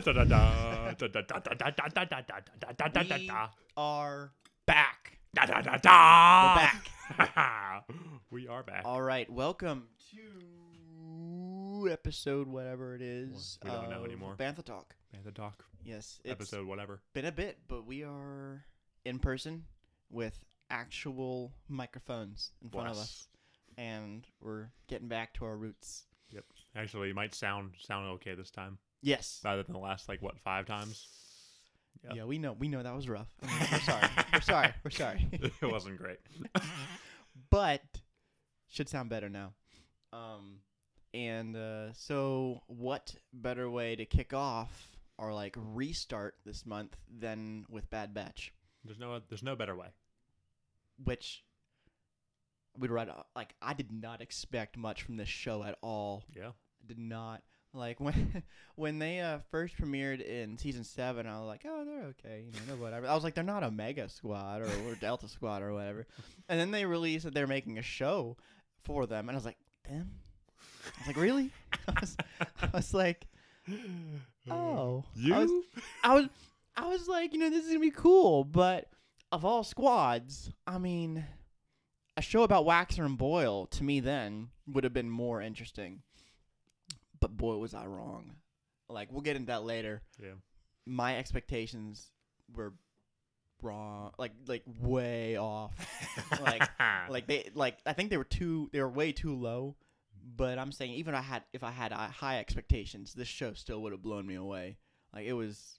da-da-da, da-da-da-da-da-da-da-da-da-da-da-da. are back. Da-da-da-da. We're back. Oh, We are back. All right, welcome to episode whatever it is. We don't know of anymore. Bantha Talk. Man, the doc Yes, it's episode, whatever. been a bit, but we are in person with actual microphones in front of us, Bless. and we're getting back to our roots. Yep. Actually, it might sound sound okay this time, Yes. rather than the last like what five times. yeah. Yeah, we know. We know that was rough. I mean, we're sorry. We're sorry. We're sorry. it wasn't great. but should sound better now. Um, and uh, so, what better way to kick off our like restart this month than with Bad Batch, There's no there's no better way. which we'd right off- like I did not expect much from this show at all. Yeah. Did not like when when they uh, first premiered in season seven. I was like, oh, they're okay, you know, they're whatever. I was like, they're not Omega Squad or, or Delta Squad or whatever. And then they released that they're making a show for them, and I was like, them. I was like, really? I was, I was like, oh, You? I was, I was, I was like, you know, this is gonna be cool, but of all squads, I mean, a show about Waxer and Boyle to me then would have been more interesting. But boy, was I wrong. Like we'll get into that later. Yeah. My expectations were wrong, like like way off. Like- like they like I think they were too they were way too low. But I'm saying even I had if I had uh, high expectations, this show still would have blown me away. Like it was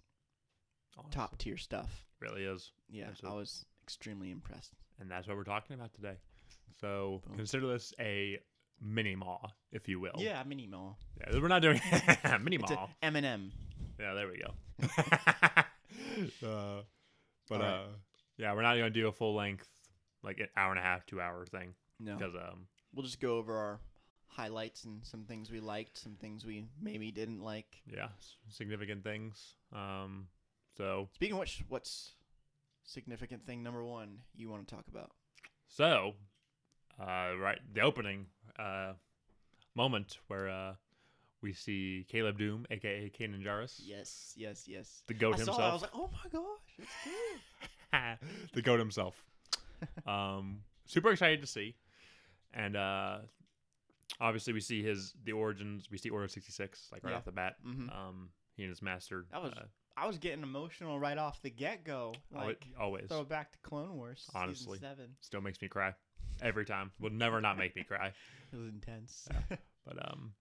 Honestly, top tier stuff. really is, Yeah, I Absolutely. was extremely impressed. and that's what we're talking about today. So Boom. consider this a mini maw, if you will. Yeah, mini mall. Yeah, we're not doing mini It's maw. a M&M. Yeah, there we go. uh, All but right. uh, yeah, we're not gonna do a full length like an hour and a half, two hour thing No. because um We'll just go over our highlights and some things we liked, some things we maybe didn't like. yeah, s- significant things. Um, so Speaking of which, what's significant thing number 1 you want to talk about? so uh right the opening uh moment where uh we see Caleb Doom, aka Kanan Jarrus, Yes, yes, yes. the goat I saw himself. that, I was like, "Oh my gosh, it's good." the goat himself. Um, super excited to see, and uh, obviously we see his the origins. We see Order sixty six like right Yeah. off the bat. Mhm. Um, he and his master. That was uh, I was getting emotional right off the get go. al- Like always throw back to Clone Wars. season Oh, Honestly. seven. still makes me cry every time. Will never not make me cry. It was intense. But um,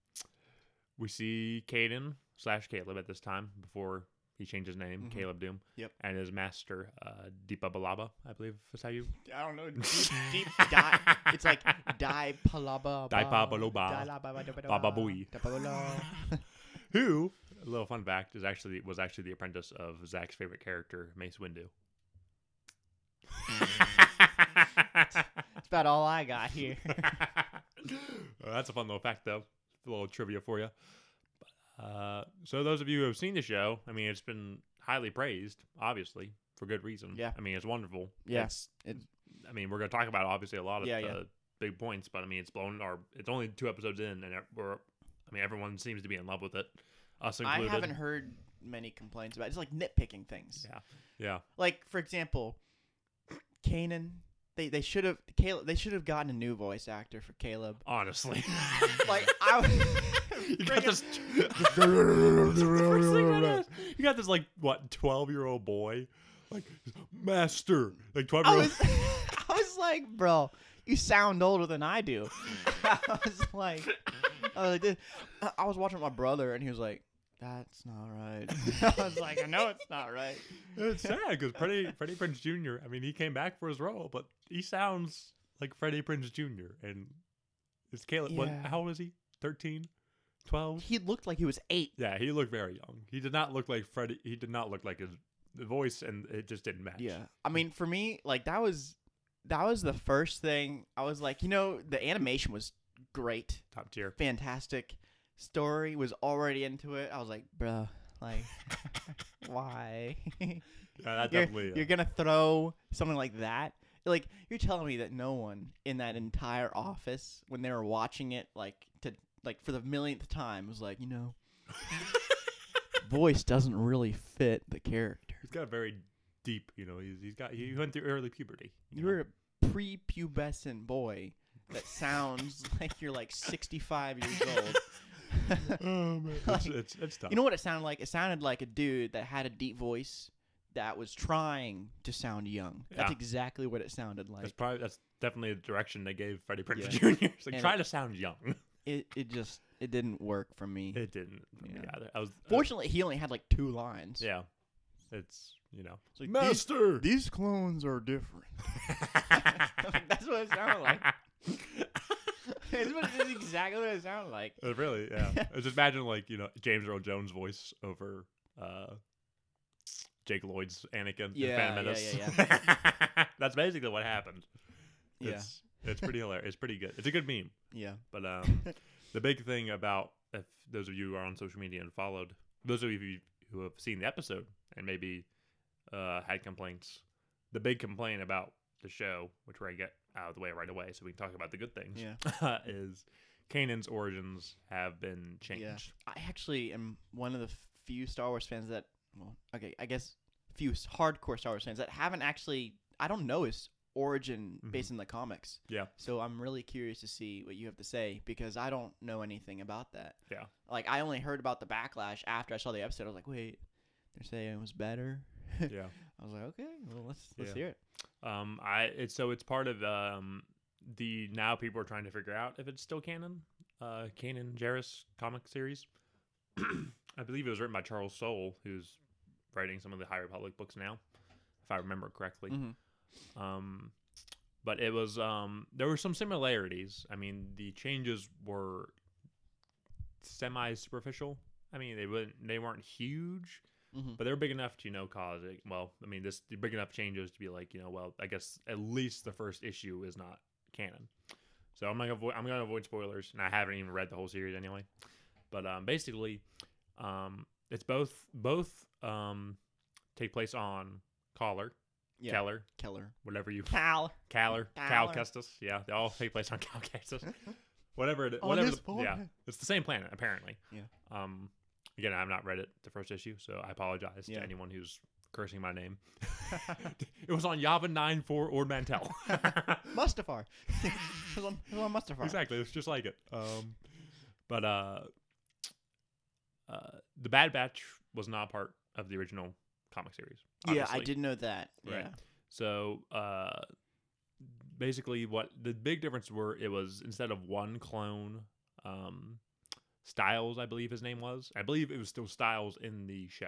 we see Caden slash Caleb at this time before he changed his name, Mhm. Caleb Doom. Yep. And his master, uh, Deepa Balaba, I believe is how you I don't know. Deep, deep di- It's like di palaba. Di palaba. Baba booey. Who, a little fun fact, is actually was actually the apprentice of Zach's favorite character, Mace Windu. That's about all I got here. Well, that's a fun little fact, though. A little trivia for you. Uh, so those of you who have seen the show, I mean, it's been highly praised, obviously, for good reason. Yeah. I mean, it's wonderful. Yeah, It's, it- I mean, we're going to talk about obviously a lot of Yeah, uh, yeah. big points, but I mean, it's blown. Our it's only two episodes in, and we're. I mean, everyone seems to be in love with it, us I included. haven't heard many complaints about. It. It's like nitpicking things. Yeah. Yeah. Like for example, Kanan. They they should have Caleb. They should have gotten a new voice actor for Caleb. Honestly. Like I. was- You got this. First thing I noticed, you got this like what twelve year old boy, like master, like twelve I year old. was, I was like, bro, you sound older than I do. I was like, I was, like this- I- I was watching my brother, and he was like, that's not right. I was like, I know it's not right. It's sad because Freddie Freddie Prince Jr. I mean, he came back for his role, but he sounds like Freddie Prince Jr. And it's Caleb. What? Yeah. How old is he? 13? 12? He looked like he was eight. Yeah, he looked very young. He did not look like Freddie. He did not look like his voice, and it just didn't match. I mean, for me, like that was that was the first thing I was like, you know, the animation was great, top tier. fantastic. Story was already into it. I was like, bro, like, why? Yeah, that you're, definitely. uh, you're gonna throw something like that like you're telling me that no one in that entire office when they were watching it like to like for the millionth time was like you know voice doesn't really fit the character. He's got a very deep, you know. He's, he's got he went through early puberty. you know. You're a prepubescent boy that sounds like you're like 65 years old. oh man, it's, Like, it's, it's tough. You know what it sounded like? It sounded like a dude that had a deep voice that was trying to sound young. That's Yeah. exactly what it sounded like. that's probably that's definitely the direction they gave Freddie Prinze Yeah. Jr. It's like And try it- to sound young. It it just it didn't work for me. It didn't. for me Yeah. either. I was I was- Fortunately, he only had like two lines. yeah. It's you know, It's like, these, master. these clones are different. Like, that's what it sounded like. That's what- that's exactly what it sounded like. Uh, really, yeah. I was just imagine like you know James Earl Jones' voice over uh, Jake Lloyd's Anakin. Yeah, in Phantom yeah, Menace. yeah, That's basically what happened. Yeah. It's, it's pretty hilarious. It's pretty good. It's a good meme. Yeah. But um, the big thing about if those of you who are on social media and followed those of you who have seen the episode and maybe uh, had complaints, the big complaint about the show, which we're gonna get out of the way right away, so we can talk about the good things, is Kanan's origins have been changed. I actually am one of the few Star Wars fans that, well, okay, I guess few s- hardcore Star Wars fans that haven't actually, I don't know his origin based on the comics. Mm-hmm. Yeah. So I'm really curious to see what you have to say because I don't know anything about that. Yeah. Like I only heard about the backlash after I saw the episode. I was like, wait, they're saying it was better. Yeah. I was like, okay, well let's let's Yeah. hear it. Um, I it's so it's part of um the now people are trying to figure out if it's still canon. Uh, canon Jarrus comic series. I believe it was written by Charles Soule, who's writing some of the High Republic books now, if I remember correctly. Mhm. Um, but it was um there were some similarities. I mean, the changes were semi superficial. I mean, they wouldn't they weren't huge, Mhm. but they're big enough to you know cause it. Well, I mean, this they're big enough changes to be like you know, well, I guess at least the first issue is not canon. So I'm gonna avoid, I'm gonna avoid spoilers, and I haven't even read the whole series anyway. But um, basically, um, it's both both um, take place on Collar, Yeah. Keller, Keller. whatever you Cal. Caller, Cal Caller. Kestis. Yeah, they all take place on Cal Kestis. whatever it is. Whatever the- yeah, it's the same planet, apparently. Yeah. Um, again, I've not read it, the first issue, so I apologize Yeah. to anyone who's cursing my name. it was on Yavin 9 for Ord Mantell. Mustafar. it was on, it was on Mustafar. exactly. It's just like it. Um, but uh, uh, The Bad Batch was not part of the original comic series. Yeah, I obviously. did know that. Right. Yeah. So uh, basically, what the big difference were it was instead of one clone, um, Styles, I believe his name was. I believe it was still Styles in the show.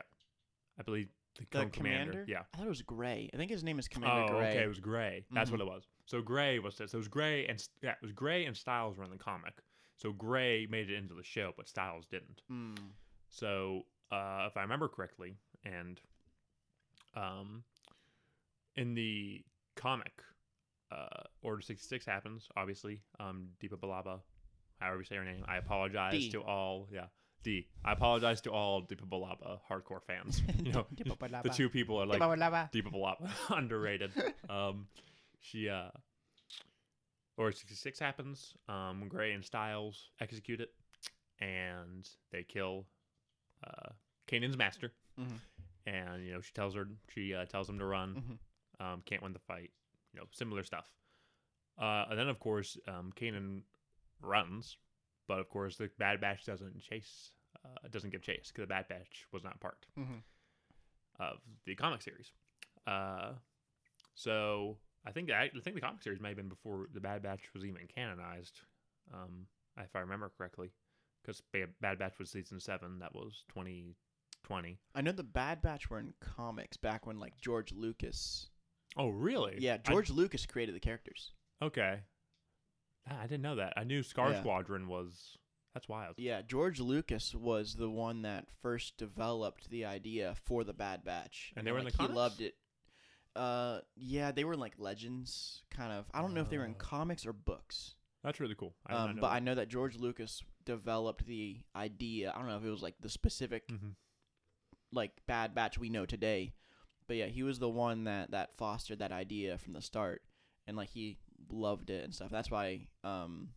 I believe the, The clone commander. commander? Yeah. I thought it was Gray. I think his name is Commander Oh, Gray. Mm-hmm. okay. It was Gray. That's what it was. So Gray was so it was Gray and S- yeah, it was Gray and Styles were in the comic. So Gray made it into the show, but Styles didn't. Mm. So, uh, if I remember correctly, and um, in the comic, uh, Order 66 happens, obviously. Um, Deepa Balaba, however you say her name, I apologize D. to all. Yeah, D. I apologize to all Deepa Balaba hardcore fans. You know, Deepa Balaba. the two people are like Like, Deepa Balaba, underrated. Um, she, uh, Order 66 happens. Um, Gray and Styles execute it, and they kill uh, Kanan's master. Mhm. And you know, she tells her she uh, tells him to run. Mm-hmm, Um, can't win the fight. You know, similar stuff. Uh, and then of course, um, Kanan runs, but of course, the Bad Batch doesn't chase. Uh, doesn't give chase because the Bad Batch was not part mm-hmm. of the comic series. Uh, so I think I, I think the comic series may have been before the Bad Batch was even canonized, um, if I remember correctly, because Bad Batch was season seven. That was twenty twenty. I know the Bad Batch were in comics back when like George Lucas. Oh, really? Yeah, I- George Lucas created the characters. okay, Ah, I didn't know that. I knew Scar Yeah. Squadron was. That's wild. Yeah, George Lucas was the one that first developed the idea for the Bad Batch, And they were in like, the He comics? loved it. Uh, yeah, they were in, like legends, kind of. I don't know if they were in Oh. comics or books. That's really cool. I did not Um, know but that. I know that George Lucas developed the idea. I don't know if it was like the specific Mhm. like Bad Batch we know today, but yeah, he was the one that that fostered that idea from the start, and like he loved it and stuff. That's why um,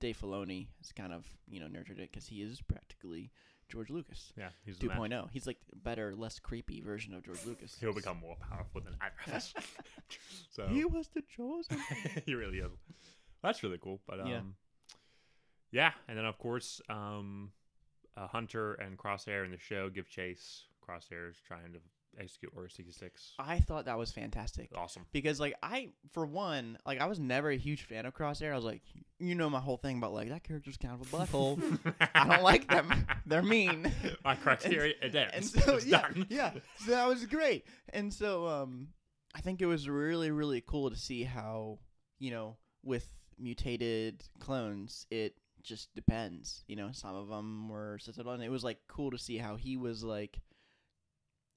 Dave Filoni has kind of you know nurtured it because he is practically George Lucas Yeah, he's the man. 2.0. He's like a better, less creepy version of George Lucas. He'll become more powerful than either of us. so He was the chosen. he really is. That's really cool. But um, Yeah. yeah, and then of course, um, uh, Hunter and Crosshair in the show give chase. Crosshair's trying to execute Order sixty six. I thought that was fantastic. Awesome. because like I for one like I was never a huge fan of Crosshair. I was like, you know my whole thing about like that character's kind of a butthole. I don't like them. They're mean. My criteria it ends. and so it's yeah, done. yeah, so that was great. And so um, I think it was really really cool to see how you know with mutated clones it just depends. You know, some of them were susceptible, and it was like cool to see how he was like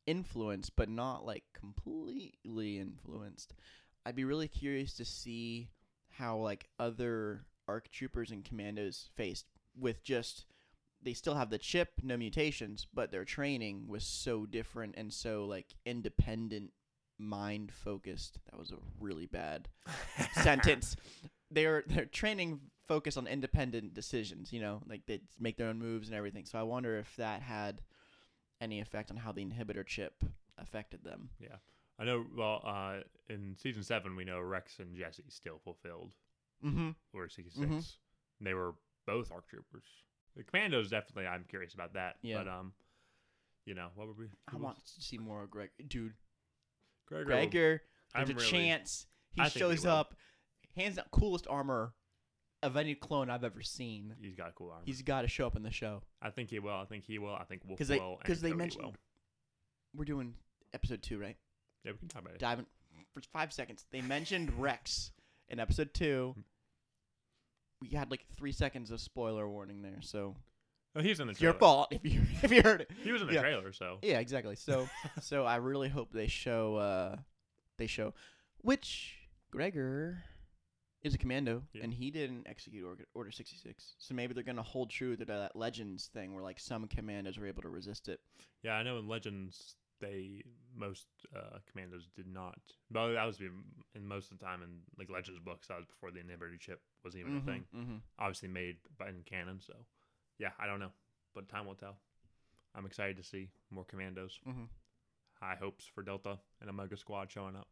influenced, but not like completely influenced. I'd be really curious to see how like other ARC troopers and commandos faced with just they still have the chip, no mutations, but their training was so different and so like independent, mind focused. That was a really bad sentence. Their their training focused on independent decisions. You know, like they make their own moves and everything. So I wonder if that had any effect on how the inhibitor chip affected them. I know. Well, uh, in season seven, we know Rex and Jesse still fulfilled Mm-hmm. Order sixty They were both ARC troopers. The commandos definitely. I'm curious about that. Yeah. But um, you know what would we? I want to see more of Greg, dude. Gregor. Gregor, I'm there's a really- chance he I think he shows will. up. Hands down, coolest armor of any clone I've ever seen. He's got cool armor. He's got to show up in the show I think he will. I think he will. I think Wolf because they will. and because they Cody mentioned will. we're doing episode two, right? Yeah, we can talk about it. Diving for five seconds. They mentioned Rex in episode Hmm. two. We had like three seconds of spoiler warning there, so Oh, he's in the it's your trailer. fault if you if you heard it. He was in the Yeah. trailer, so Yeah, exactly. So so I really hope they show uh they show which Gregor is a commando Yeah. and he didn't execute Order, Order 66. So maybe they're going to hold true to that legends thing where like some commandos were able to resist it. yeah. I know in Legends they most uh, commandos did not. Well, that was in in most of the time in like Legends books. That was before the inhibitor chip was even Mhm, a thing. mhm. Obviously made by in canon, so yeah, I don't know, but time will tell. I'm excited to see more commandos. Mhm. High hopes for Delta and Omega Squad showing up.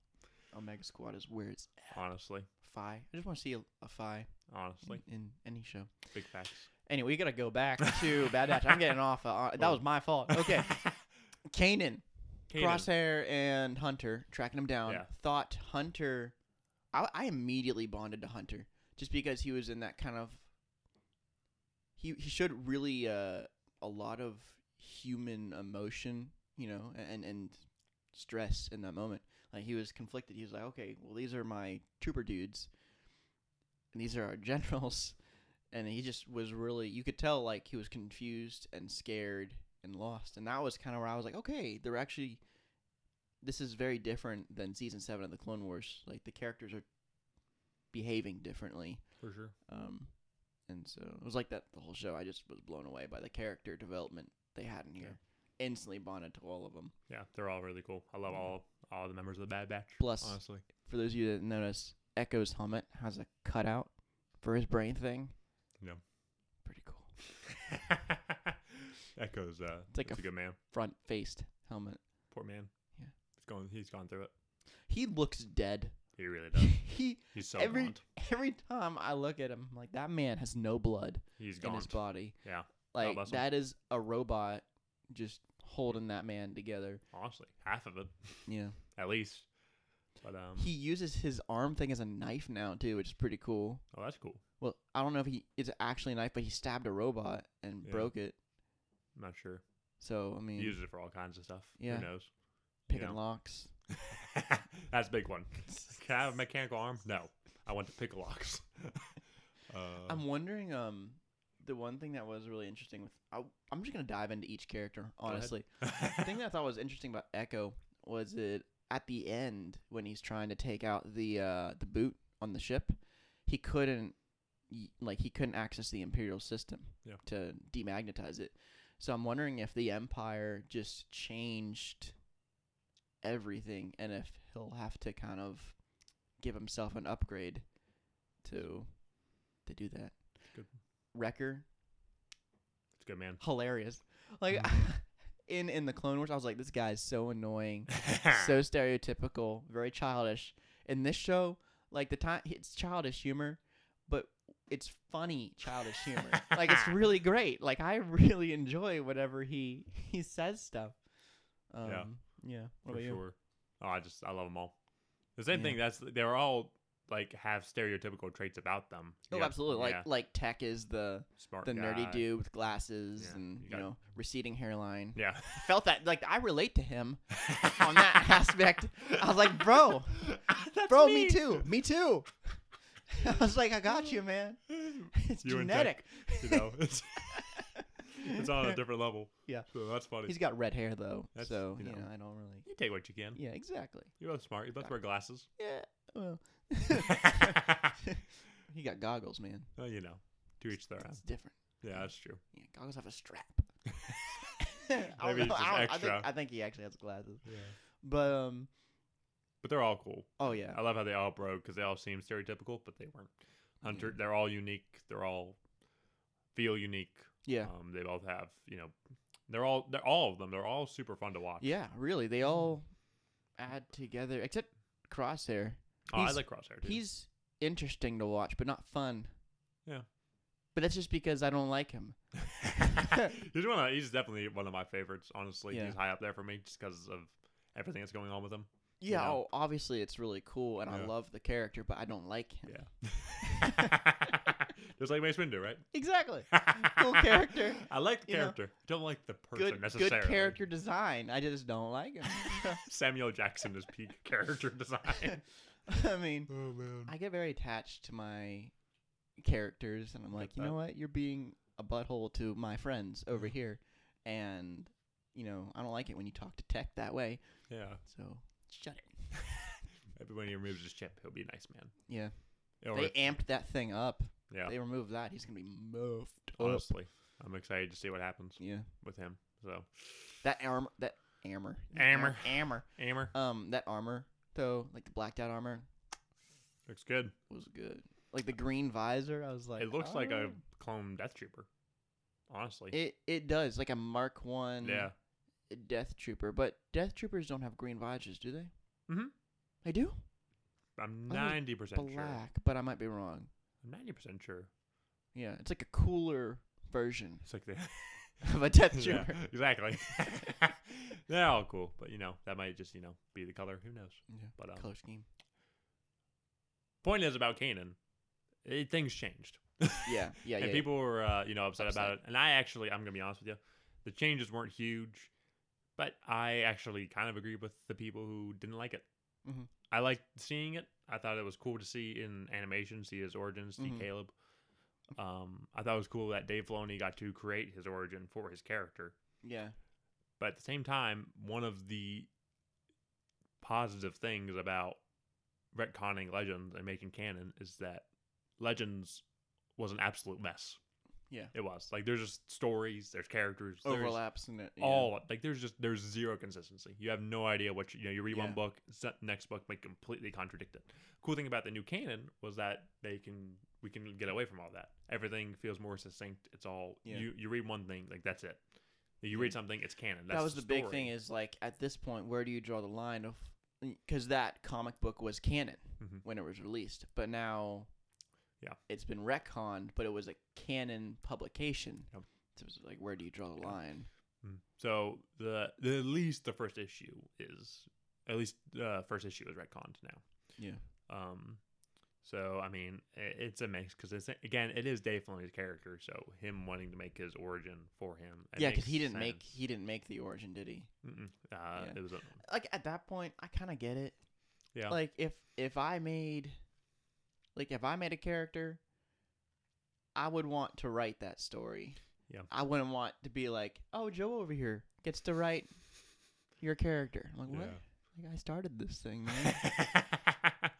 Omega Squad is where it's Honestly, Phi. I just want to see a, a Phi honestly, in, in any show. big facts. Anyway, we gotta go back to Bad Batch. I'm getting off. Uh, that was my fault. Okay, Kanan, Kanan. Crosshair, and Hunter tracking him down. Yeah. Thought Hunter. I, I immediately bonded to Hunter just because he was in that kind of. He he showed really uh, a lot of human emotion, you know, and and stress in that moment. Like he was conflicted. He was like, okay, well these are my trooper dudes, and these are our generals, and he just was really. You could tell like he was confused and scared and lost, and that was kind of where I was like, okay, they're actually. This is very different than season seven of the Clone Wars. Like the characters are behaving differently. for sure. Um, and so it was like that the whole show. I just was blown away by the character development they had in here. Instantly bonded to all of them. Yeah, they're all really cool. I love all all the members of the Bad Batch. Plus- honestly, For those of you that notice, Echo's helmet has a cutout for his brain thing. Yeah. Pretty cool. Echo's uh, It's like it's a a good man. Front faced helmet. Poor man. Yeah. he's going. He's gone through it. He looks dead. He really does. he He's so every gaunt. every time I look at him, I'm like that man has no blood He's in his gaunt. body. Yeah. Like bless him. that is a robot just holding that man together. Honestly, half of it, Yeah. at least. But um, He uses his arm thing as a knife now too, which is pretty cool. oh, that's cool. Well, I don't know if he it's actually a knife, but he stabbed a robot and Yeah. broke it. I'm not sure. So I mean, He uses it for all kinds of stuff. Yeah. Who knows? you picking know. locks. that's a big one. Can I have a mechanical arm? No, I want to pick locks. uh, I'm wondering. Um, the one thing that was really interesting with I, I'm just gonna dive into each character ahead. honestly. the thing that I thought was interesting about Echo was it at the end when he's trying to take out the uh, the boot on the ship, he couldn't y- like he couldn't access the imperial system Yeah. to demagnetize it. So I'm wondering if the empire just changed everything and if he'll have to kind of give himself an upgrade to to do that. Good. Wrecker It's good, man. hilarious. Like Mm. in in the Clone Wars, I was like, this guy is so annoying, Ah. so stereotypical, very childish. In this show, like the time it's childish humor, but it's funny childish humor. like it's really great. Like I really enjoy whatever he he says stuff. Um, Yeah. yeah. What for about you? sure. Oh, I just I love them all. The same Yeah. thing. That's they're all like have stereotypical traits about them. Oh, Yeah, absolutely. Like yeah, like Tech is the smart, the nerdy guy. dude with glasses Yeah, and you you got it. know receding hairline. Yeah. I felt that like I relate to him on that aspect. I was like, bro, That's bro, me. too, me too. I was like, I got you, man. It's You and genetic. Tech, you know, it's, it's on a different level. Yeah. So that's funny. He's got red hair though, That's, so you you know. know. I don't really. you take what you can. Yeah, exactly. You're both smart. You both wear glasses. Yeah, well, he got goggles, man. well, you know, to each their own. It's different. Yeah, that's true. Yeah, goggles have a strap. I don't Maybe it's know. just I, don't- I extra. think, I think he actually has glasses. Yeah. But um, But they're all cool. oh yeah, I love how they all broke because they all seem stereotypical, but they weren't. Hunter, they're all unique. They're all feel unique. yeah, Um, they both have, you know, they're all they're all of them. They're all super fun to watch. yeah. Really, they all Hmm. add together except Crosshair. Oh, I he's- like Crosshair. Too. He's interesting to watch, but not fun. Yeah. But that's just because I don't like him. he's one. Of, he's definitely one of my favorites. Honestly, Yeah. he's high up there for me just because of everything that's going on with him. Yeah, Yeah. oh, obviously it's really cool, and I Yeah. love the character, but I don't like him. Yeah. just like Mace Windu, right? Exactly. Cool character. I like the You know, character. Don't like the person Good, necessarily. good character design. I just don't like Samuel Jackson is peak character design. him. I mean, oh man. I get very attached to my characters, and I'm like, you know what? You're being a butthole to my friends over here, and you know I don't like it when you talk to Tech that way. Yeah. So shut it. Everyone he removes his chip, he'll be a nice man. Yeah, Or they if- amped that thing up. yeah. They removed that. He's gonna be muffed. up. honestly, I'm excited to see what happens Yeah. with him. So, That armor. That armor. Armor. Armor. Amber Um, that armor though, like the blacked out armor, looks good. was good. Like the green visor, I was like, it looks like a "Oh." clone Death Trooper. Honestly. It it does like a Mark One. yeah. Death Trooper, but Death Troopers don't have green visors, do they? Mhm. They do. I'm I thought 90% sure. Oh, Black, but I might be wrong. I'm 90% sure. Yeah, it's like a cooler version It's like the of a Death Yeah, Trooper. exactly. They're all cool, but you know, that might just, you know, be the color. Who knows? Yeah. But um, Color scheme. point is about Kanan, it, things changed. Yeah, yeah, yeah. and yeah. people were uh, you know upset, about Upset. it. And I actually, I'm gonna be honest with you, the changes weren't huge, but I actually kind of agree with the people who didn't like it. Mhm. I liked seeing it. I thought it was cool to see in animation, see his origins, see Mhm. Caleb. Um, I thought it was cool that Dave Filoni got to create his origin for his character. yeah. But at the same time, one of the positive things about retconning Legends and making canon is that Legends was an absolute mess. Yeah. It was. Like there's just stories, there's characters, there's Overlaps in it. Yeah. all like there's just there's zero consistency. You have no idea what you, you know, you read one Yeah. book, se- next book might completely contradict it. Cool thing about the new canon was that they can we can get away from all that. Everything feels more succinct. It's all Yeah. you you read one thing, like that's it. You Yeah. read something, it's canon. That's that was the, big story. thing is like at this point where do you draw the line of because that comic book was canon Mhm. when it was released but now Yeah. it's been retconned but it was a canon publication Yep. so it's like where do you draw the line Mm. So the, the at least the first issue is at least the first issue is retconned now. yeah Um, so I mean i it's a mix because it's again it is Dave Filoni's character, so him wanting to make his origin for him. it yeah because makes he didn't make sense. he didn't make the origin did he Mm-mm. Uh, Yeah. It was a, like at that point i kind of get it yeah. like if if i made like if i made a character i would want to write that story Yeah. i wouldn't want to be like oh joe over here gets to write your character I'm like what like i started this thing man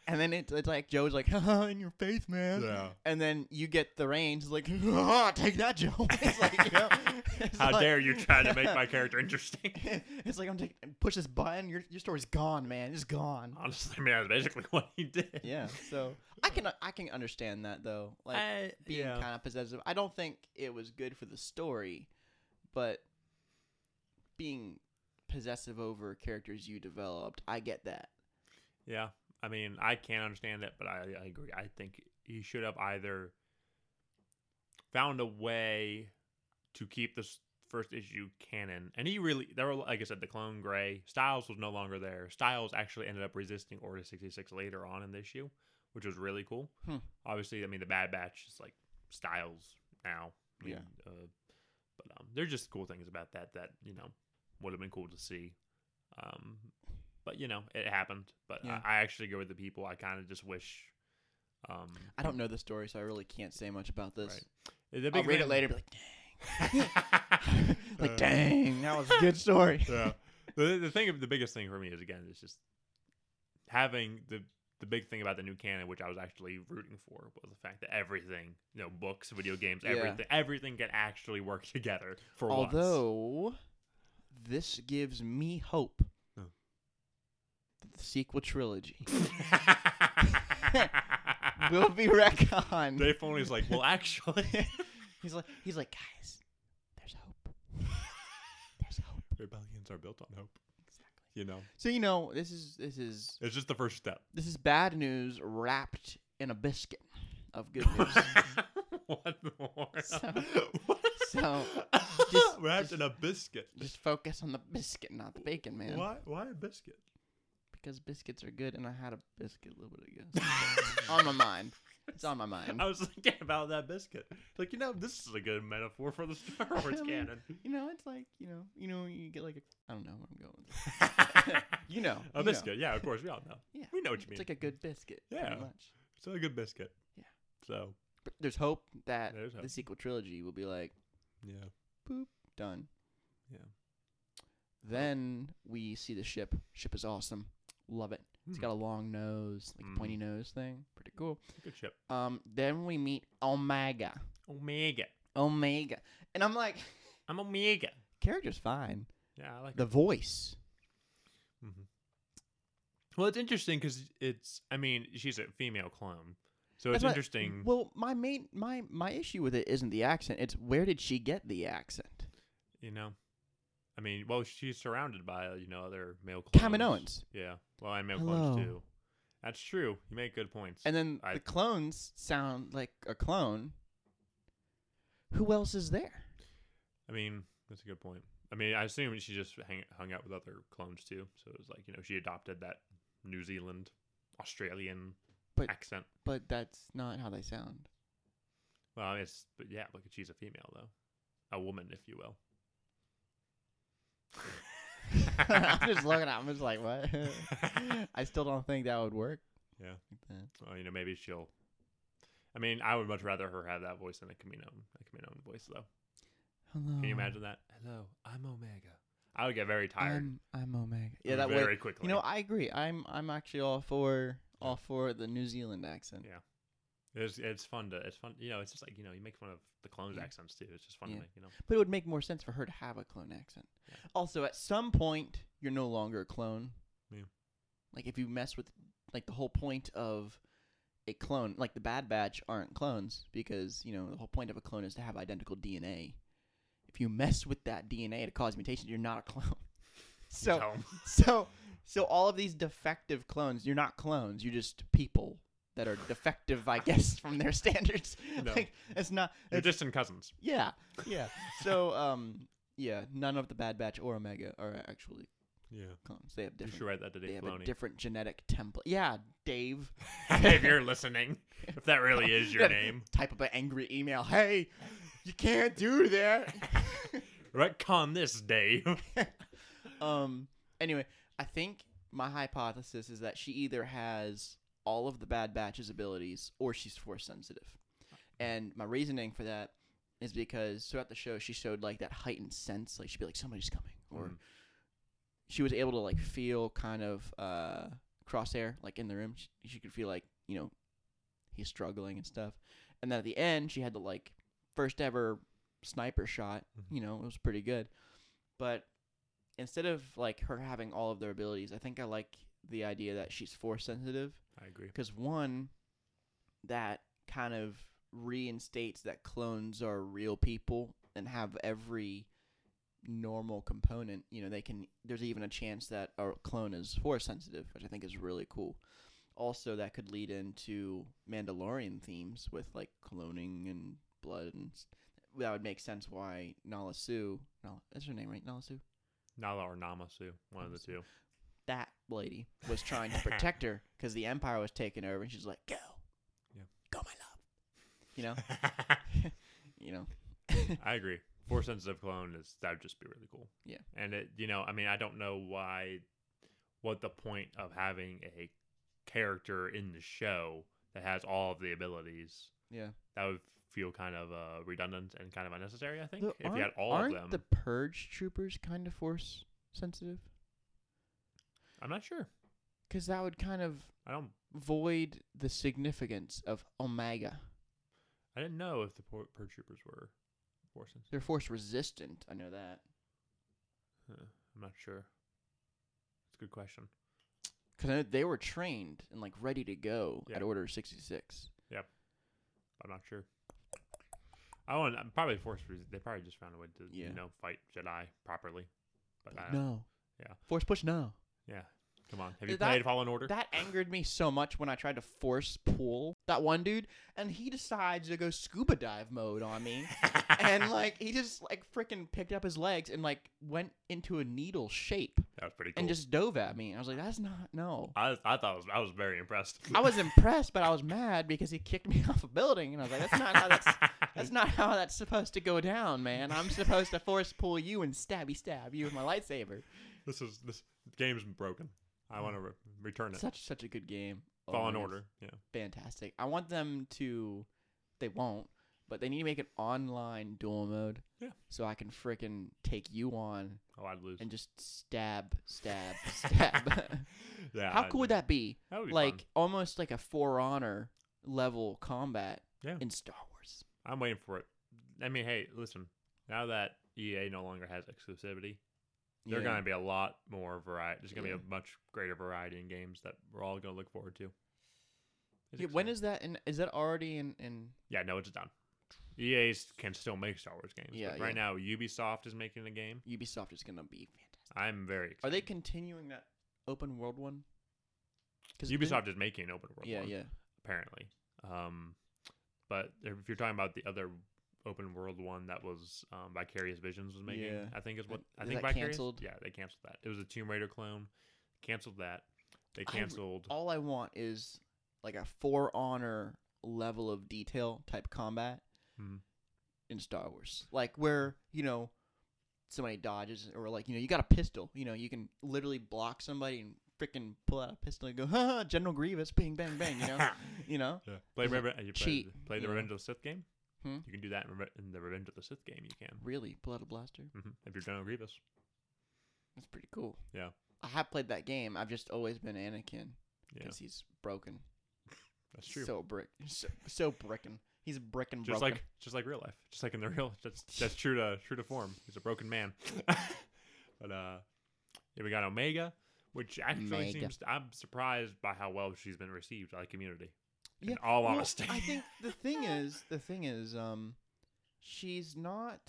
And then it's, it's like Joe's like, "Haha, in your face, man. Yeah. And then you get the reins, like, "Haha, take that, Joe. It's like, you know, it's How like- dare you try to make my character interesting? it's like I'm taking push this button. Your your story's gone, man. It's gone. Honestly, I mean, that's basically what he did. Yeah. So I can uh, I can understand that though. Like I- being yeah. kind of possessive. I don't think it was good for the story, but being possessive over characters you developed, I get that. Yeah, I mean, I can't understand it, but I, I agree. I think he should have either found a way to keep this first issue canon, and he really there were like I said, the Clone Gray Styles was no longer there. Styles actually ended up resisting Order sixty six later on in the issue, which was really cool. Hmm. Obviously, I mean, the Bad Batch is like Styles now. I mean, Yeah. uh, but um, there's just cool things about that that you know would have been cool to see. Um, but you know, it happened. But Yeah. I, I actually go with the people. I kind of just wish. Um, I don't know the story, so I really can't say much about this. Right. the I'll big read it thing- later. and Be like, Yeah. dang, like Uh, dang, that was a good story. the, the thing, the biggest thing for me is again, it's just having the the big thing about the new canon, which I was actually rooting for, was the fact that everything, you know, books, video games, Yeah. everything, everything can actually work together for once. Although this gives me hope. Oh. that The sequel trilogy will be retconned. Dave Filoni's like, well, actually, He's like, he's like, guys, there's hope. There's hope. rebellions are built on hope. Exactly. You know, So you know, this is this is it's just the first step. this is bad news wrapped in a biscuit of good news. what more? So- What? so, just- wrapped just- in a biscuit. Just focus on the biscuit, not the bacon, man. Why? Why a biscuit? Because biscuits are good, and I had a biscuit a little bit ago. It's on my mind. It's on my mind. I was thinking about that biscuit. It's Like you know, this is a good metaphor for the Star Wars canon. You know, it's like you know, you know, you get like a, I don't know where I'm going. With this. You know, you know. a biscuit. Yeah, of course we all know. Yeah, We know what you it's mean. like a good biscuit. Yeah. pretty much. It's a good biscuit. Yeah. So But there's hope that There's the hope. sequel trilogy will be like yeah, done. Yeah. Then we see the ship. Ship is awesome. Love it. It's Hmm. got a long nose, like Mhm. a pointy nose thing. Pretty cool. good ship. Um, then we meet Omega. Omega. Omega. And I'm like, I'm Omega. character's fine. Yeah, I like The voice. Mm-hmm. Well, it's interesting because it's. I mean, she's a female clone, so it's That's what- interesting. Well, my main my my issue with it isn't the accent. It's where did she get the accent? you know, I mean, well, she's surrounded by uh, you know other male clones. Cameron Owens. Yeah. Well, and male clones Hello. too. That's true. You make good points. And then I- the clones sound like a clone. Who else is there? I mean, that's a good point. I mean, I assume she just hang, hung out with other clones too. So it was like you know she adopted that New Zealand, Australian But- accent. But that's not how they sound. Well, I mean, it's but yeah, look, she's a female though, a woman, if you will. I'm just looking at him. It's like, what? I still don't think that would work. Yeah. Yeah. Well, Uh, you know, maybe she'll. I mean, I would much rather her have that voice than a Camino, a Camino voice though. Hello. Can you imagine that? Hmm. Hello, I'm Omega. I would get very tired. I'm, I'm Omega. Yeah, that very way. quickly. You know, I agree. I'm I'm actually all for all for the New Zealand accent. Yeah. it's, it's fun to it's fun. You know, it's just like you know, you make fun of the clones' Yeah. accents too. It's just fun Yeah. to make. You know. But it would make more sense for her to have a clone accent. Yeah. Also, at some point, you're no longer a clone. Yeah. Like if you mess with like the whole point of a clone, like the Bad Batch aren't clones because you know the whole point of a clone is to have identical DNA. If you mess with that DNA to cause mutations, you're not a clone. so Tell 'em. so so all of these defective clones you're not clones you're just people that are defective i guess from their standards No. like it's not they're it's, distant cousins. yeah yeah so um yeah none of the bad batch or omega are actually Yeah. clones they have You should different write that to they Dave have a Filoni. different genetic template yeah dave if you're listening, if that really is your Yeah. name, type up an angry email hey you can't do that retcon this, Dave. um anyway i think my hypothesis is that she either has all of the bad batch's abilities or she's force sensitive and my reasoning for that is because throughout the show she showed like that heightened sense Hmm. like she'd be like somebody's coming or Mm. she was able to like feel kind of uh Crosshair like in the room. She, she could feel like you know he's struggling and stuff. And then at the end, she had the like first ever sniper shot. Mhm. You know, it was pretty good. But instead of like her having all of their abilities, I think I like the idea that she's force sensitive I agree. because one that kind of reinstates that clones are real people and have every normal component you know they can there's even a chance that a clone is force sensitive which i think is really cool also that could lead into mandalorian themes with like cloning and blood and s- that would make sense why Nala Sue, Nala, that's her name, right? Nala Sue? Nala or Namasu, one of the two. that lady was trying to protect her because the empire was taking over, and she's like, "Go, Yeah. go, my love." You know, you know, I agree. Force sensitive clone is that would just be really cool. Yeah. And it, you know, I mean, I don't know why, what the point of having a character in the show that has all of the abilities yeah. that would feel kind of uh, redundant and kind of unnecessary. I think if you had all of aren't them, the purge troopers kind of force sensitive? I'm not sure. Because that would kind of I don't. void the significance of Omega. I didn't know if the Pur- purge troopers were force sensitive. They're force resistant. I know that. Huh, I'm not sure. It's a good question. Because I know they were trained and like ready to go Yeah. at Order sixty six. I'm not sure. I want I'm probably force. res- They probably just found a way to Yeah. you know fight Jedi properly. But I don't, No. Uh, Yeah. Force push. No. Yeah. Come on. Have you That- played Fallen Order? That angered me so much when I tried to force pull that one dude, and he decides to go scuba dive mode on me. and like he just like freaking picked up his legs and like went into a needle shape that was pretty cool. and just dove at me. I was like, that's not no. I, I thought it was, I was very impressed. I was impressed, but I was mad because he kicked me off a building, and I was like, that's not how that's that's not how that's supposed to go down, man. I'm supposed to force pull you and stabby stab you with my lightsaber. this is this game's broken. I want to re- return it. Such such a good game. Oh, Fallen it is. Order. Yeah. fantastic. I want them to. They won't, but they need to make an online duel mode. Yeah. So I can frickin' take you on Oh, I'd lose. and just stab, stab, stab. yeah. How I'd- cool would that be? that would be fun. like almost like a For Honor level combat Yeah. in Star Wars. I'm waiting for it. I mean, hey, listen. Now that EA no longer has exclusivity, there are Yeah. going to be a lot more variety. There's going to be Yeah. a much greater variety in games that we're all going to look forward to. It's Yeah, when exciting. is that? In, is that already in? in Yeah, no, it's done. EA can still make Star Wars games. Yeah, but right yeah. now, Ubisoft is making a game. Ubisoft is gonna be fantastic. I'm very Are excited. they continuing that open world one? Because Ubisoft is making an open world Yeah, one, yeah. apparently. Um, but if you're talking about the other open world one that was um, Vicarious Visions was making, Yeah. I think is what I Is think that Vicarious. canceled? Yeah, they canceled that. It was a Tomb Raider clone. Canceled that. They I re- canceled. all I want is like a for honor level of detail type combat Mhm. in Star Wars. Like where, you know, somebody dodges or like, you know, you got a pistol, you know, you can literally block somebody and freaking pull out a pistol and go, ha, ha, General Grievous, bang, bang, bang, you know? you know? Yeah. Play, Is it Reven- you play, cheat, play the you know? Revenge of the Sith game. Hmm? You can do that in, Reve- in the Revenge of the Sith game. You can Really, pull out a blaster. hmm if you're General Grievous. That's pretty cool. Yeah. I have played that game. I've just always been Anakin Yeah, because he's broken. that's true. So brick, so, so brickin'. He's brickin' just broken. like just like real life, just like in the real. That's that's true to true to form. He's a broken man. but uh, yeah, we got Omega, which actually Omega. seems. I'm surprised by how well she's been received by the community. Yeah, In all Well, honesty, I think the thing is, the thing is, um, she's not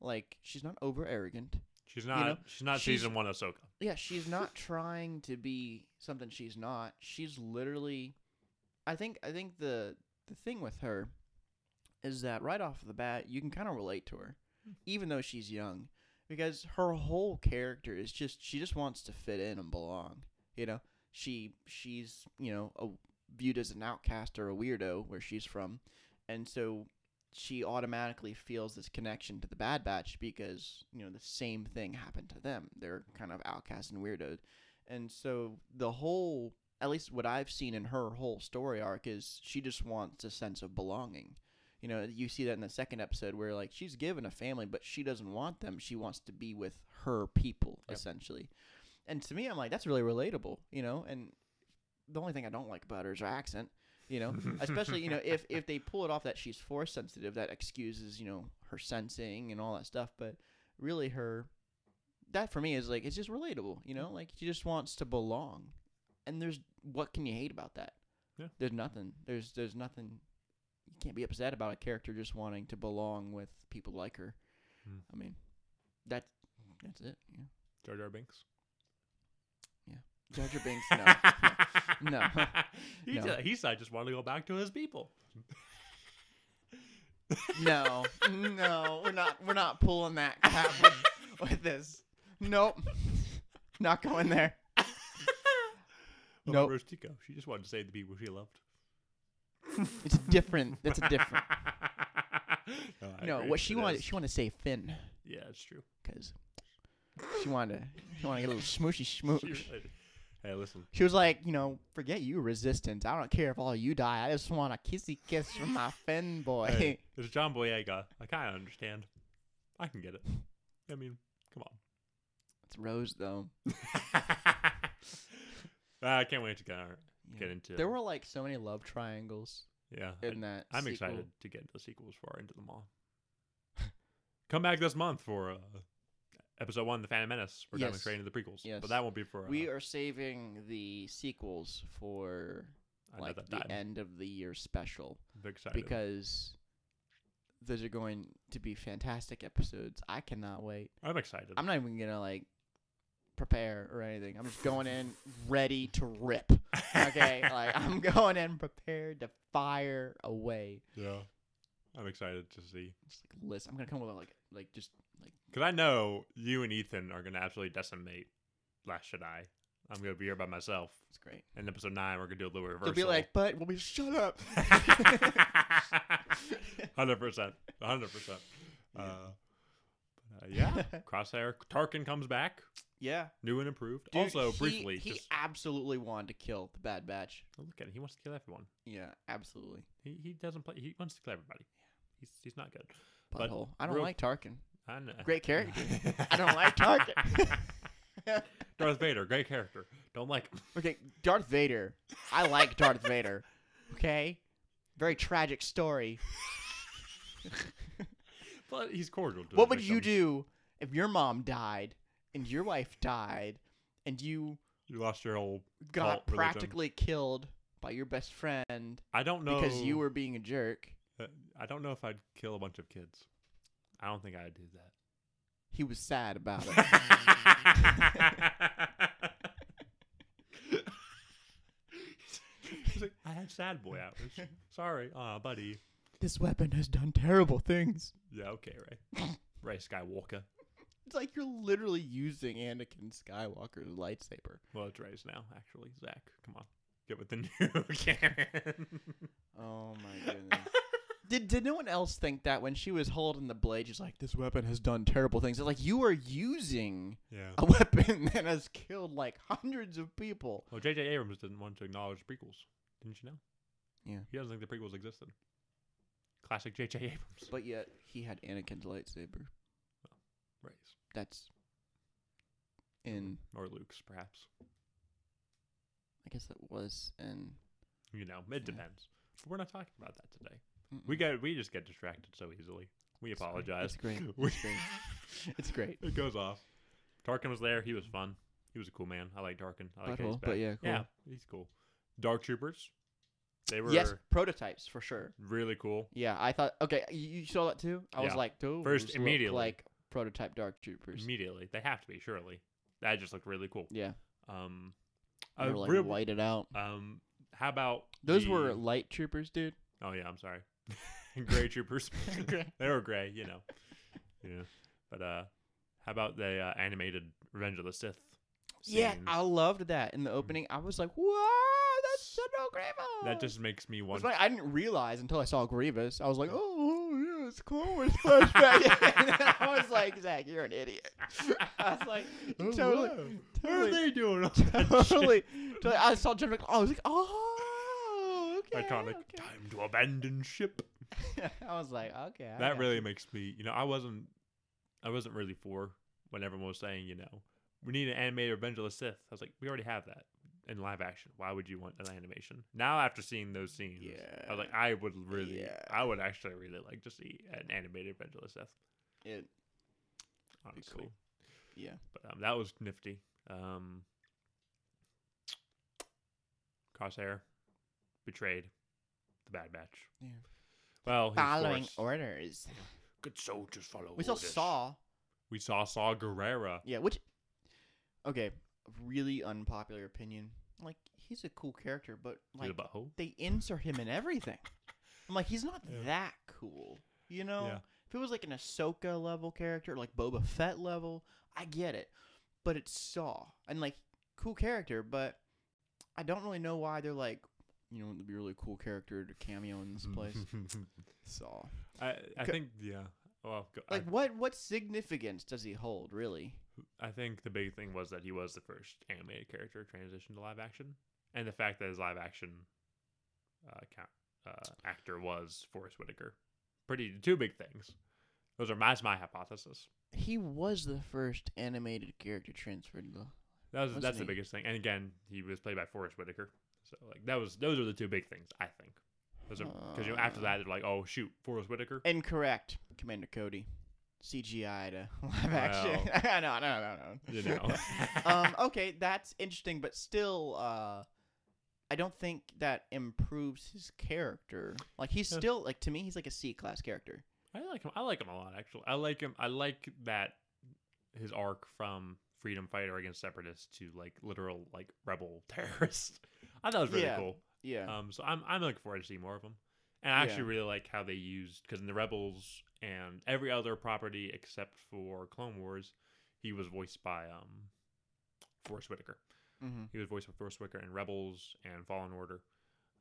like she's not over arrogant. she's know, not. she's not she's- season one Ahsoka. Yeah, she's not trying to be something she's not. She's literally, I think, I think the the thing with her is that right off the bat you can kind of relate to her, even though she's young, because her whole character is just she just wants to fit in and belong. You know, she she's you know a, viewed as an outcast or a weirdo where she's from, and so she automatically feels this connection to the Bad Batch because you know the same thing happened to them. They're kind of outcast and weirdos, and so the whole, at least what I've seen in her whole story arc is she just wants a sense of belonging. You know, you see that in the second episode where like she's given a family, but she doesn't want them. She wants to be with her people Yep. essentially, And to me, I'm like, that's really relatable, you know. And the only thing I don't like about her is her accent, you know. Especially, you know, if if they pull it off that she's force sensitive, that excuses, you know, her sensing and all that stuff. But really, her that for me is like it's just relatable, you know. Like she just wants to belong, and there's what can you hate about that? Yeah. There's nothing. There's there's nothing. You can't be upset about a character just wanting to belong with people like her. Mm. I mean, that that's it. Yeah. Jar Jar Binks. Jar Jar Binks, no. No. No. he, No. ju- he said, I just wanted to go back to his people. no, no, we're not. We're not pulling that crap with, with this. Nope, not going there. What about Nope. Rose Tico? She just wanted to save the people she loved. It's different. That's a different. No, I No, agree. what she It wanted, is. she wanted to say Finn, Yeah, it's true. because she wanted to, she wanted to get a little smooshy She smooch. really did. Hey, listen. She was like, you know, forget you, resistance. I don't care if all you die. I just want a kissy kiss from my Finn boy. Hey, it's John Boyega. I kind of understand. I can get it. I mean, come on. It's Rose though. Ah, I can't wait to get, our, Yeah. get into There were like so many love triangles Yeah. I- in that. I'm sequel. excited to get the sequels for Into the Mall. Come back this month for uh, episode one, The Phantom Menace. We're diving Yes. straight into the prequels. Yes. But that won't be for uh, We are saving the sequels for another like the time. end of the year special I'm excited. because those are going to be fantastic episodes. I cannot wait. I'm excited. I'm not even gonna like prepare or anything. I'm just going in ready to rip. Okay, like I'm going in prepared to fire away. yeah. I'm excited to see. Just like list. I'm gonna come with like like just like Because I know you and Ethan are going to absolutely decimate Last Jedi. I'm going to be here by myself. it's great. In episode nine, we're going to do a little reversal. They'll be like, but we'll be shut up. 100%. 100%. Uh, but, uh, yeah. Crosshair. Tarkin comes back. yeah. New and improved. Dude, also, he- briefly, he just absolutely wanted to kill the Bad Batch. oh, look at him. He wants to kill everyone. Yeah, absolutely. He he doesn't play. He wants to kill everybody. He's he's not good. But Butthole. I don't real- like Tarkin. I know. Great character. I don't like Tarkin. Darth Vader, great character. Don't like him. okay, Darth Vader. I like Darth Vader. Okay, very tragic story. but he's cordial. To What the would you victims. do if your mom died and your wife died and you You lost your whole. got Cult religion. practically killed by your best friend I don't know because you were being a jerk? uh, I don't know if I'd kill a bunch of kids. I don't think I'd do that. He was sad about it. He's like, I had sad boy hours. Sorry, ah, buddy. this weapon has done terrible things. Yeah, okay, Ray. Ray Skywalker. It's like you're literally using Anakin Skywalker's lightsaber. Well, it's Ray's now, actually. Zach, come on, get with the new canon. Oh my goodness. did did no one else think that when she was holding the blade, she's like, "This weapon has done terrible things." It's like you are using yeah. a weapon that has killed like hundreds of people. Well, J.J. Abrams didn't want to acknowledge prequels. Didn't you know? Yeah. He doesn't think the prequels existed. Classic J.J. Abrams. But yet he had Anakin's lightsaber. Ray's. That's in Or Luke's, perhaps. I guess it was in You know, it Yeah. depends. But we're not talking about that today. We get we just get distracted so easily. We It's great. apologize. It's great. We- It's great. It's great. it goes off. Tarkin was there. He was fun. He was a cool man. I like Tarkin. I like how he's Butthole, back. but yeah, cool. yeah, he's cool. Dark troopers. They were Yes, prototypes for sure. really cool. Yeah, I thought okay, you, you saw that too. I was Yeah. like, those First, look immediately. like prototype dark troopers. Immediately, they have to be surely. That just looked really cool. yeah, Um, they a were like real- whited out. um, how about Those the- were light troopers, dude. Oh yeah, I'm sorry. gray troopers. they were gray, you know. Yeah. But uh how about the uh, animated Revenge of the Sith? Yeah, scene? I loved that Mm. in the opening. I was like, "Wow, that's General Grievous." that just makes me It's want funny, I didn't realize until I saw Grievous. I was like, "Oh, oh, yeah, it's Clone Wars flashback." and then I was like, "Zach, you're an idiot." I was like, Oh, totally, wow. What are totally, they doing? on that ship? totally, totally. I saw General. I was like, "Oh, okay." Iconic. okay." Time to abandon ship. I was like, "Okay." I that got really you." makes me you know i wasn't i wasn't really for when everyone was saying you know we need an animated Revenge of the Sith. I was like, we already have that in live action. Why would you want an animation? Now after seeing those scenes, I was like, I would really, Yeah. I would actually really like to see an animated Revenge of the Sith. It, Be Honestly, cool. yeah. but um, that was nifty. Um, Crosshair, Betrayed, The Bad Batch. Yeah. Well, he's Following forced. orders. good soldiers follow. We still orders. saw. We saw Saw Gerrera. Yeah, which okay, really unpopular opinion. Like he's a cool character, but Like, like the butthole. they insert him in everything. I'm like, he's not Yeah. that cool, you know. Yeah. If it was like an Ahsoka level character, like Boba Fett level, I get it. But it's Saw, and like cool character, but I don't really know why they're like, you know, it'd be a really cool character to cameo in this place. Saw. I, I Okay. think yeah. Well, go, Like, what what significance does he hold, really? I, I think the big thing was that he was the first animated character to transition to live action, and the fact that his live action uh, count, uh, actor was Forrest Whitaker. Pretty two big things. Those are my that's my hypothesis. He was the first animated character transferred to. That was, Wasn't that's the he? biggest thing. And again, he was played by Forrest Whitaker. So like that was those are the two big things I think. Those are because you know, after Huh. that they're like, oh shoot, Forrest Whitaker. Incorrect, Commander Cody. CGI to live action. I know, I know, I know. I You know. um, okay, that's interesting, but still, uh, I don't think that improves his character. Like he's Yeah. still like to me, he's like a C class character. I like him. I like him a lot, actually. I like him. I like that his arc from freedom fighter against separatists to like literal like rebel terrorist. I thought it was really Yeah. cool. Yeah, Um, so I'm I'm looking forward to seeing more of him. And I actually Yeah. really like how they used because in the rebels and every other property except for Clone Wars, he was voiced by um, Forrest Whitaker. mm-hmm. He was voiced by Forrest Whitaker in Rebels and Fallen Order.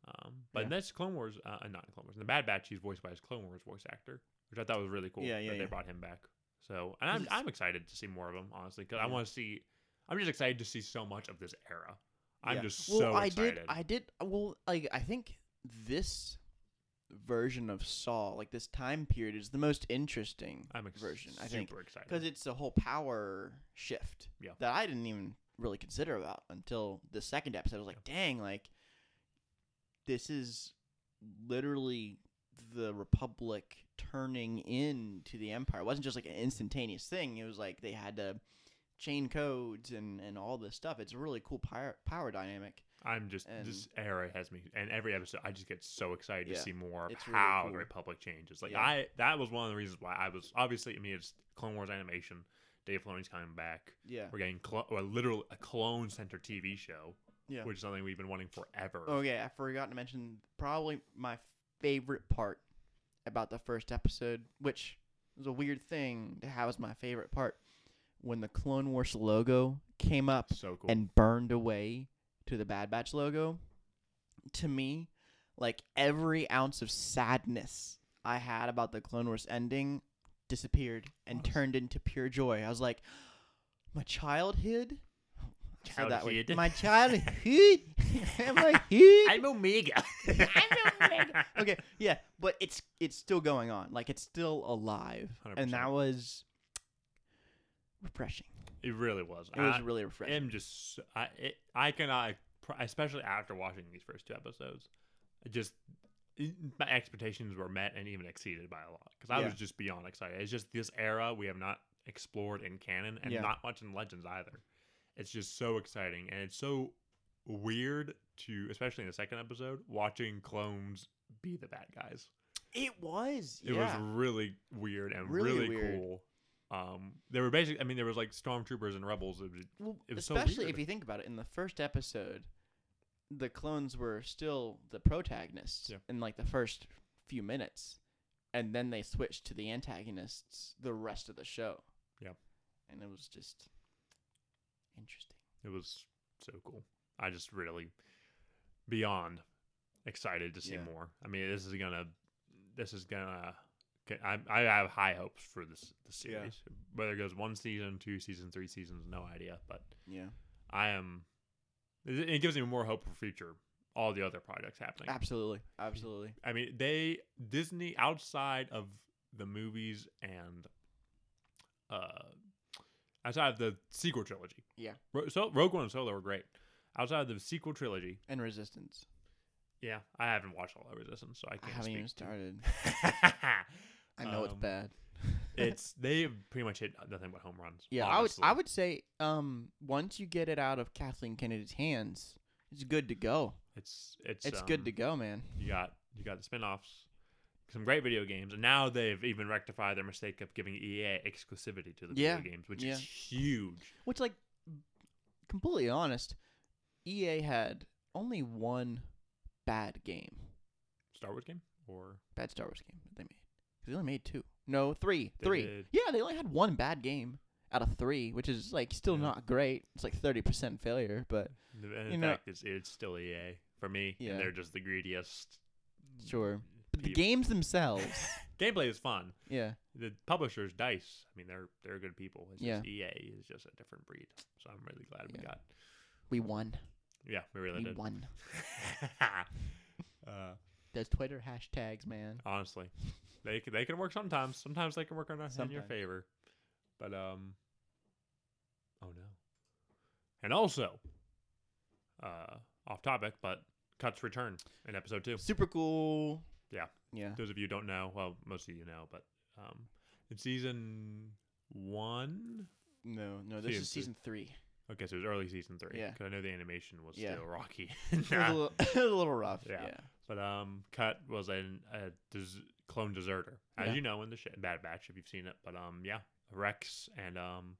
Um, but in Yeah. this Clone Wars, uh, uh, not in Clone Wars, in the Bad Batch, he's voiced by his Clone Wars voice actor, which I thought was really cool. Yeah, yeah, that They yeah. brought him back. So, and 'Cause I'm it's- I'm excited to see more of him, honestly, because I Yeah. want to see. I'm just excited to see so much of this era. I'm Yeah. just well, so I excited. did. I did. Well, like I think this version of Saw, like this time period, is the most interesting am ex- version. I think super excited because it's a whole power shift Yeah. that I didn't even really consider about until the second episode. I was like, dang, like this is literally the Republic turning into the Empire. It wasn't just like an instantaneous thing. It was like they had to chain codes and and all this stuff. It's a really cool power power dynamic. I'm just this era has me, and every episode I just get so excited to Yeah, see more of it's really how the cool. Republic changes. Like Yeah. I, that was one of the reasons why I was obviously. I mean, it's Clone Wars animation. Dave Filoni's coming back. Yeah. We're getting clo- a literal a clone center TV show, Yeah. which is something we've been wanting forever. Oh yeah, I forgot to mention probably my favorite part about the first episode, which was a weird thing to have as my favorite part, when the Clone Wars logo came up So cool. and burned away to the Bad Batch logo. To me, like every ounce of sadness I had about the Clone Wars ending disappeared and Honest. turned into pure joy. I was like, my childhood. I said that word. Childhood. My childhood. my hood I'm Omega. Omega. okay, yeah, but it's it's still going on. Like it's still alive, and 100%. that was refreshing. It really was. It was I really refreshing. am just. so- I it, I cannot. pr- Especially after watching these first two episodes, I just my expectations were met and even exceeded by a lot because I Yeah. was just beyond excited. It's just this era we have not explored in canon and Yeah. not much in Legends either. It's just so exciting and it's so weird to, especially in the second episode, watching clones be the bad guys. It was. It yeah. was really weird and Really really, weird. cool. Um, they were basically, I mean, there was like stormtroopers and rebels. It was- Well, it was so especially weird. if you think about it, in the first episode, the clones were still the protagonists Yeah. in like the first few minutes, and then they switched to the antagonists the rest of the show. Yeah. and it was just interesting. it was so cool. I just really beyond excited to see Yeah. more. I mean, this is gonna, this is gonna. I, I have high hopes for this the Yeah. series. Whether it goes one season, two seasons, three seasons, no idea. But Yeah, I am. It it gives me more hope for future. All the other projects happening. absolutely, absolutely. I mean, they Disney outside of the movies and uh outside of the sequel trilogy. Yeah. Ro- so Rogue One and Solo were great. Outside of the sequel trilogy, and Resistance. yeah, I haven't watched all of Resistance, so I I can't. haven't speak even to- started. I know it's Um, bad. it's they pretty much hit nothing but home runs. Yeah, honestly. I would I would say um once you get it out of Kathleen Kennedy's hands, it's good to go. It's it's It's good to um, go, man. You got you got the spinoffs, some great video games, and now they've even rectified their mistake of giving EA exclusivity to the Yeah, video games, which yeah. is huge. Which like completely honest, EA had only one bad game. Star Wars game or Bad Star Wars game that they made. Cuz they only made two. No, 3. They 3. did. Yeah, they only had one bad game out of 3, which is like still Yeah. not great. It's like 30% failure, but the- and You in know- fact, it's it's still EA for me, Yeah. and they're just the greediest. Mm. sure. But the people. games themselves, gameplay is fun. yeah. The publishers, Dice, I mean, they're they're good people. It's Yeah. just EA is just a different breed. So I'm really glad we Yeah. got. We won. Yeah, we really We did. won. uh, There's Twitter hashtags, man. honestly. They can, they can work sometimes. Sometimes they can work on us in your Sometimes. favor. But um oh no. And also uh off topic, but cuts return in episode 2. Super cool. Yeah. Yeah. Those of you who don't know, well, most of you know, but um in season 1, No, no, this is Season season three. okay, so it was early season 3 Yeah. cuz I know the animation was Yeah. still rocky. It was a little, it was a little rough. Yeah. Yeah. But um, Cut was an, a des- clone deserter, as Yeah. you know in the sh- Bad Batch if you've seen it. But um, yeah, Rex and um,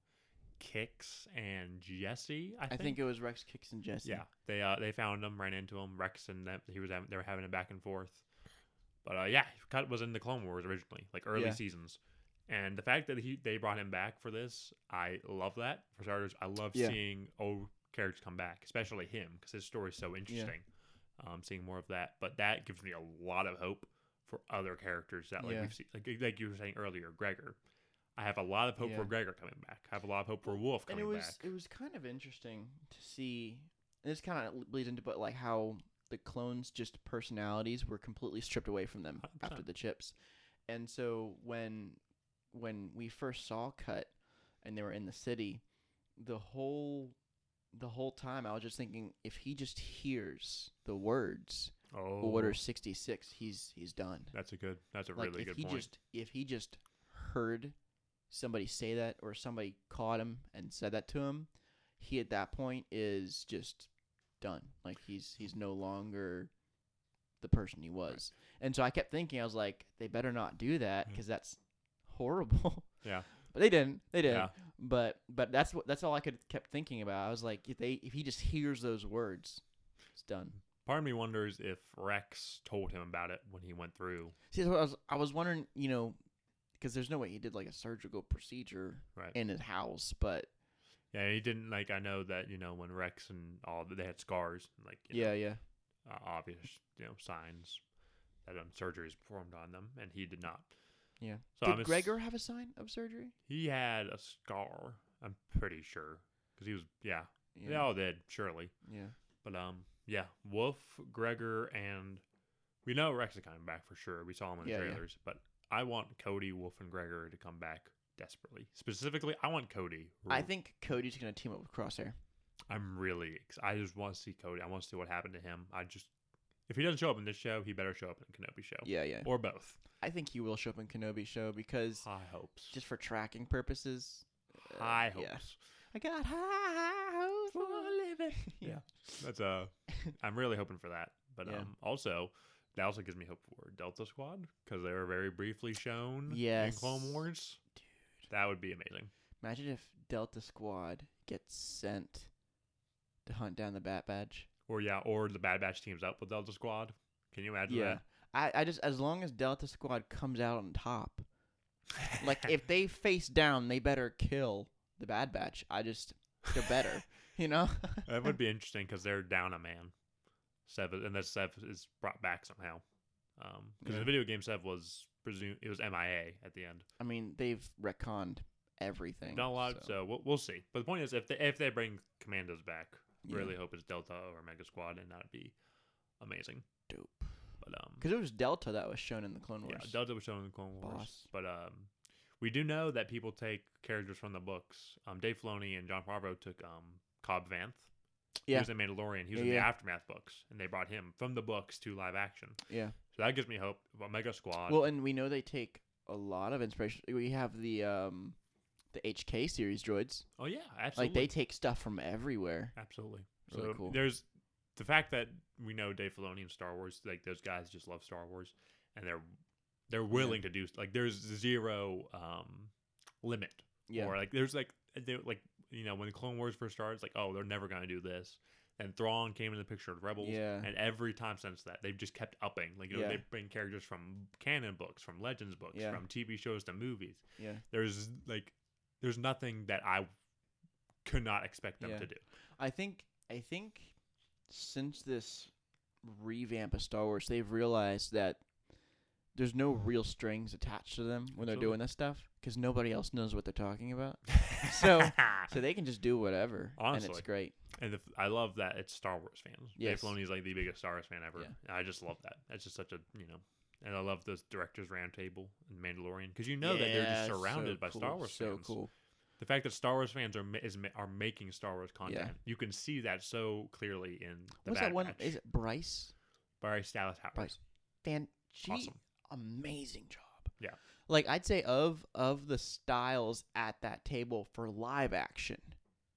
Kix and Jesse. I I, think. think, it was Rex Kicks and Jesse. yeah, they uh, they found him, ran into him. Rex and them, he was having, they were having a back and forth. But uh, yeah, Cut was in the Clone Wars originally, like early Yeah. seasons. And the fact that he they brought him back for this, I love that. For starters, I love Yeah. seeing old characters come back, especially him, because his story's so interesting. Um, seeing more of that, but that gives me a lot of hope for other characters that like Yeah. we've seen, like like you were saying earlier, Gregor. I have a lot of hope Yeah. for Gregor coming back. I have a lot of hope for Wolf And coming it was back. it was kind of interesting to see. And this kind of bleeds into, but like how the clones' just personalities were completely stripped away from them 100%. after the chips, and so when when we first saw Cut, and they were in the city, the whole the whole time I was just thinking if he just hears the words oh, Order 66, he's he's done. That's a good. That's a like really if good he point. just if he just heard somebody say that or somebody caught him and said that to him, he at that point is just done. Like he's he's no longer the person he was. And so I kept thinking I was like they better not do that Yeah. cuz that's horrible. Mm-hmm. Yeah. But they didn't. They didn't. yeah, But but that's what that's all I could kept thinking about. I was like if they if he just hears those words, it's done. part of me wonders if Rex told him about it when he went through. See, that's what I was I was wondering, you know, because there's no way he did like a surgical procedure Right. in his house, but Yeah, he didn't like. I know that you know when Rex and all they had scars, like you know, yeah, yeah, uh, obvious you know signs that um, surgeries performed on them, and he did not. yeah. So I'm did ass- Gregor have a sign of surgery? He had a scar. I'm pretty sure because he was yeah, They Yeah, all did surely, yeah, but um yeah, Wolf, Gregor, and we know Rex is coming back for sure. We saw him in the Yeah, yeah. trailers, but I want Cody, Wolf, and Gregor to come back desperately. Specifically, I want Cody. I think Cody's gonna team up with Crosshair. I'm really. ex- I just want to see Cody. I want to see what happened to him. I just if he doesn't show up in this show, he better show up in Kenobi show Yeah, yeah. or both. I think he will show up in Kenobi show because High hopes. just for tracking purposes. uh, high hopes. yeah. I got high hopes for a living. yeah. Yeah. That's uh I'm really hoping for that. But Yeah. um also that also gives me hope for Delta Squad because they were very briefly shown in Yes. Clone Wars. That would be amazing. Imagine if Delta Squad gets sent to hunt down the Bat Badge. Or yeah, or the Bad Batch teams up with Delta Squad. Can you imagine Yeah. I, I just as long as Delta Squad comes out on top, that? like if they face down, they better kill the Bad Batch. I just they're better, you know. that would be interesting because they're down a man. Sev is- and that Sev is brought back somehow. Because Yeah. the video game Sev was presumed it was MIA at the end. I mean, they've retconned everything. Not a lot, so, we'll, we'll see. But the point is, if they if they bring commandos back, Yeah. really hope it's Delta or Mega Squad, and that'd be amazing. Dope. But um, because it was Delta that was shown in the Clone Wars. yeah, Delta was shown in the Clone Wars, Boss. but um, We do know that people take characters from the books. Um, Dave Filoni and John Favreau took um, Cobb Vanth. He Yeah. was in Mandalorian. He was in the Yeah. Aftermath books, and they brought him from the books to live action. Yeah. So that gives me hope. Omega Squad. Well, and we know they take a lot of inspiration. We have the um, the HK series droids. oh yeah, absolutely. Like they take stuff from everywhere. Absolutely. Really so cool. there's the fact that we know Dave Filoni and Star Wars, like those guys just love Star Wars, and they're they're willing to do like there's zero um limit Yeah. or like there's like they, like you know when the Clone Wars first started, it's like oh they're never gonna do this. And Thrawn came in the picture of Rebels, Yeah. and every time since that they've just kept upping. Like you know, Yeah. they bring characters from canon books, from legends books, Yeah. from TV shows to movies. Yeah. There's like there's nothing that I could not expect them Yeah. to do. I think I think since this revamp of Star Wars, they've realized that there's no real strings attached to them when they're Absolutely. doing this stuff because nobody else knows what they're talking about. So- So they can just do whatever, and Honestly. it's great. and the, I love that it's Star Wars fans. Yes. Dave Filoni is like the biggest Star Wars fan ever. Yeah. And I just love that. That's just such a you know, and I love those directors roundtable and Mandalorian because you know that they're Yeah, just so surrounded by Star cool, Wars So fans. cool. The fact that Star Wars fans are ma- is ma- are making Star Wars content, you can see that so clearly in the What's Bad that one? Batch. Is it Bryce? Bryce Dallas Howard. Bryce. Fan. She Awesome. amazing job. Yeah. Like I'd say of of the styles at that table for live action,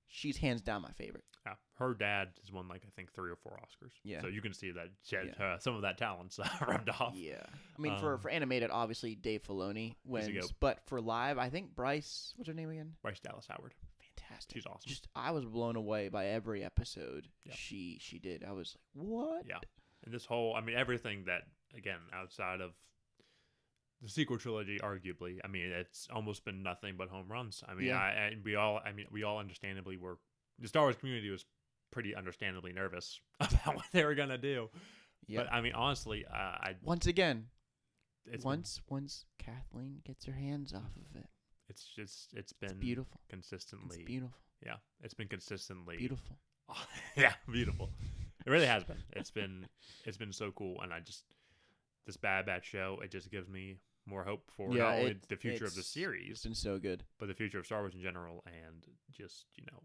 she's hands down my favorite. Yeah. Her dad has won like I think three or four Oscars. Yeah. So you can see that she had, Yeah. uh, some of that talent's uh, rubbed off. Yeah. I mean for Um, for animated obviously Dave Filoni wins, goat. but for live I think Bryce, what's her name again? Bryce Dallas Howard. Fantastic. She's awesome. Just I was blown away by every episode Yeah. she she did. I was like, "What?" Yeah. And this whole, I mean, everything that, again, outside of the sequel trilogy, arguably, I mean, it's almost been nothing but home runs. I mean, Yeah. I, and we all, I mean, we all understandably were, the Star Wars community was pretty understandably nervous about what they were going to do. Yeah. But I mean, honestly, uh, I, once again, it's once once Kathleen gets her hands off of it. been, it's just, it's It's been beautiful. It's consistently, beautiful. yeah, it's been consistently Beautiful. yeah, beautiful. It really has been. It's been it's been so cool, and I just this Bad Batch show. It just gives me more hope for Yeah, not only it- the future of the it's- It's series, been so good. but the future of Star Wars in general, and just you know,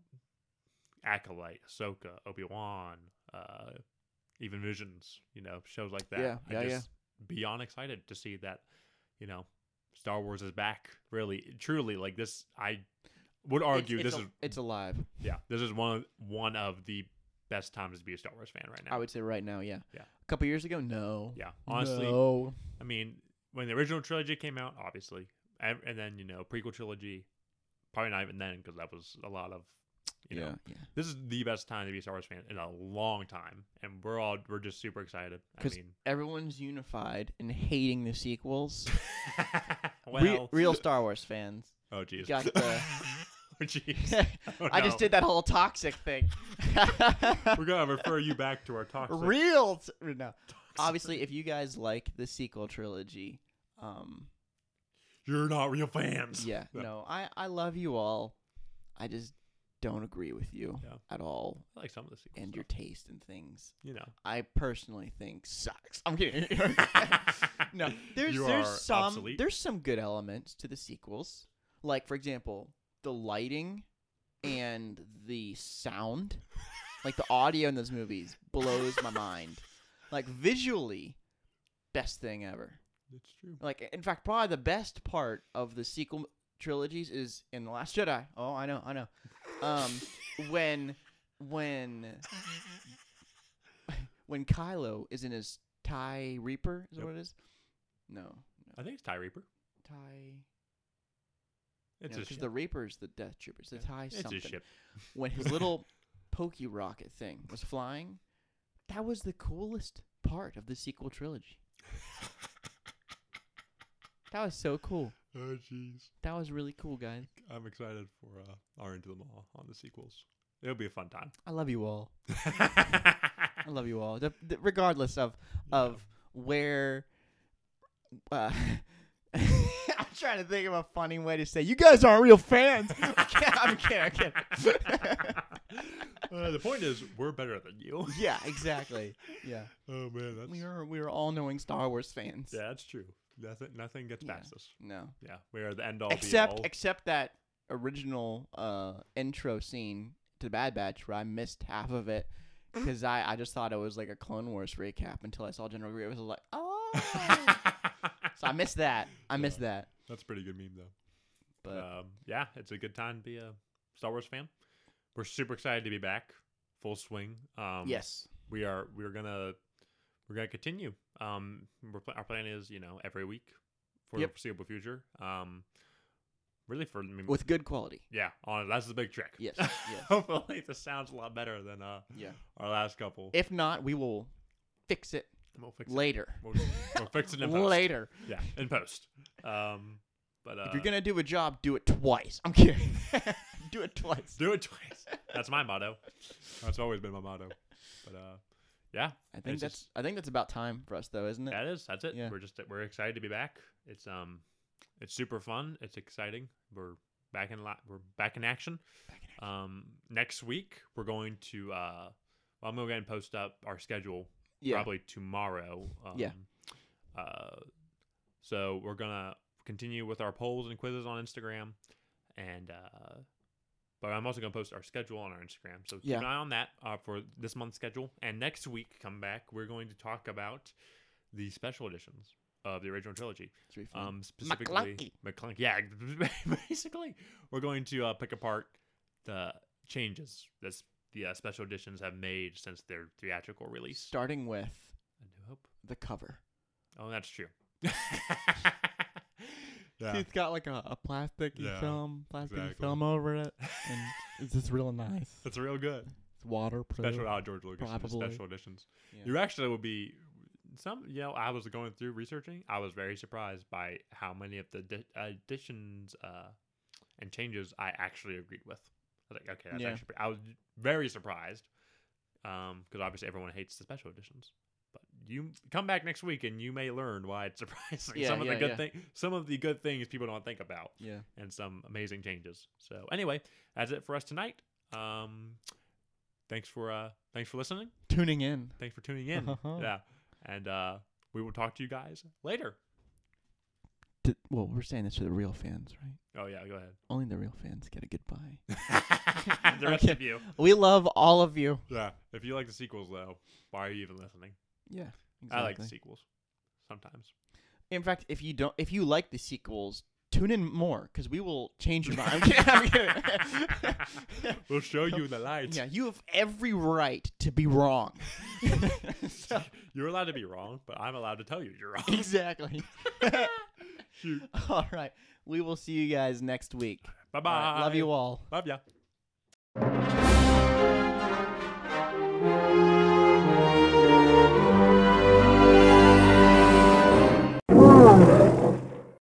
Acolyte, Ahsoka, Obi Wan, uh, even Visions. You know, shows like that. Yeah, yeah, I yeah. just beyond excited to see that. You know, Star Wars is back. Really, truly, like this. I would argue it's, it's this al- is it's alive. yeah, this is one of, one of the best times to be a Star Wars fan right now. I would say right now, yeah. Yeah. A couple years ago, no. yeah, honestly, no. I mean, when the original trilogy came out, obviously, and, and then you know prequel trilogy, probably not even then because that was a lot of, you know, yeah, yeah. this is the best time to be a Star Wars fan in a long time, and we're all we're just super excited. I 'Cause- mean, Everyone's unified in hating the sequels. well, Re- real Star Wars fans. oh jeez, got the- oh jeez, Oh, I just no. did that whole toxic thing. We're gonna refer you back to our talk. real, t- no. Obviously, if you guys like the sequel trilogy, um, you're not real fans. yeah, Yeah. no, I I love you all. I just don't agree with you Yeah. at all, I like some of the sequels, and and your taste in things. you know. I personally think sucks. I'm kidding. no, there's You there's are some obsolete. there's some good elements to the sequels. Like for example, the lighting and the sound, like the audio in those movies blows my mind. Like visually, best thing ever. It's true. Like in fact, probably the best part of the sequel trilogies is in the Last Jedi. Oh, I know, I know. Um, when when when Kylo is in his tie Reaper, is that Yep. what it is? No, I think it's Tie Reaper. tie. It's no, a 'cause ship. the Reaper's the Death Troopers. The Yeah. tie it's something. a ship. When his little pokey rocket thing was flying, that was the coolest part of the sequel trilogy. That was so cool. Oh jeez, That was really cool, guys. I'm excited for uh, Our Into the Mall on the sequels. It'll be a fun time. I love you all. I love you all. The, the, regardless of Yeah. of where uh, I trying to think of a funny way to say you guys aren't real fans. I'm kidding. I'm kidding. I'm kidding. Uh, the point is, we're better than you. yeah, exactly. Yeah, Oh man, that's we are we are all knowing Star Wars fans. yeah, that's true. Nothing, nothing gets Yeah. past us. No, Yeah, we are the end all except be all. except that original uh intro scene to the Bad Batch where I missed half of it because I I just thought it was like a Clone Wars recap until I saw General Grievous. I was like, oh. so I missed that. I missed that. that's a pretty good meme though. But um, yeah, it's a good time to be a Star Wars fan. We're super excited to be back, full swing. Um, yes, we are. We're gonna we're gonna continue. Um, we're pla- our plan is you know every week for Yep. the foreseeable future. Um, really for I mean, with good quality. yeah, on that's the big trick. Yes, yes. Hopefully this sounds a lot better than uh Yeah. our last couple. If not, we will fix it we'll fix it. later. We'll, we'll fix it in post. Later. Yeah, in post. Um, but uh, if you're gonna do a job, do it twice. I'm kidding. do it twice. Do it twice. That's my motto. That's always been my motto. But uh, yeah, I think It's that's just- I think that's about time for us though, isn't it? that is that's it. Yeah. We're just we're excited to be back. It's um, it's super fun. It's exciting. We're back in lot. We're back in action. Back in Um, next week we're going to uh, well, I'm gonna go ahead and post up our schedule Yeah. probably tomorrow. Um, Yeah. Uh, so we're gonna continue with our polls and quizzes on Instagram, and uh, but I'm also gonna post our schedule on our Instagram. So keep Yeah. an eye on that uh, for this month's schedule. And next week, come back. We're going to talk about the special editions of the original trilogy. It's really fun. Um, specifically, McClunky. Yeah, basically, we're going to uh, pick apart the changes that the uh, special editions have made since their theatrical release. Starting with I do hope. the cover. Oh, that's true. It's got like a, a plastic Yeah, film, plastic exactly. film over it, and it's just real nice. that's real good. It's waterproof. Special out George Lucas and his Probably. special editions. Yeah. You actually would be some. You know, I was going through researching. I was very surprised by how many of the di- additions uh, and changes I actually agreed with. I was like, okay, that's Yeah. actually. Pretty, I was very surprised because obviously everyone hates the special editions. But you come back next week and you may learn why it's surprising. Yeah, some of yeah, the good yeah. thing, some of the good things people don't think about. Yeah. and some amazing changes. So anyway, that's it for us tonight. Um, thanks for uh, thanks for listening. Tuning in. Thanks for tuning in. Uh-huh. yeah, and uh, we will talk to you guys later. To, well, we're saying this to the real fans, right? Oh yeah, go ahead. Only the real fans get a goodbye. the rest of you. we love all of you. Yeah. If you like the sequels though, why are you even listening? Yeah. I like the sequels sometimes. In fact, if you don't, if you like the sequels, tune in more because we will change your mind. I'm kidding, I'm kidding. We'll show you the light. yeah, you have every right to be wrong. So- You're allowed to be wrong, but I'm allowed to tell you you're wrong. exactly. Shoot. all right, we will see you guys next week. Bye All bye. right, love you all. Love ya.